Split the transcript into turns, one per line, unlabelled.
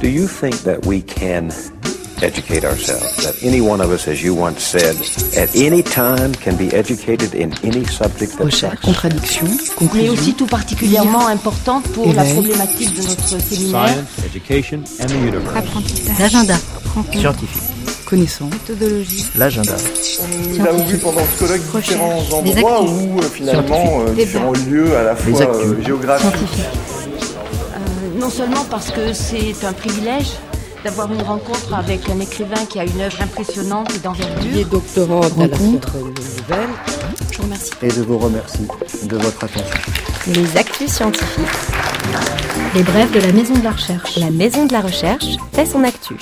Do you think that we can educate ourselves? That any one of us, as you once said, at any time can be educated in any subject that
Recherche,
sucks?
contradiction,
mais
conclusion.
aussi tout particulièrement important pour la
Éveil.
problématique de notre séminaire.
Science, education, and the universe.
Apprentissage.
L'agenda,
Scientifique.
connaissance,
Méthodologie.
L'agenda.
Nous avons vu pendant ce colloque différents
Les
endroits
actifs.
où euh, finalement euh,
Des
différents lieux à la fois
actifs.
euh, géographiques.
Non seulement parce que c'est un privilège d'avoir une rencontre avec un écrivain qui a une œuvre impressionnante et d'envergure.
Je vous remercie.
Et de vous remercier de votre attention.
Les actus scientifiques.
Les brèves de la Maison de la Recherche.
La Maison de la Recherche fait son actu.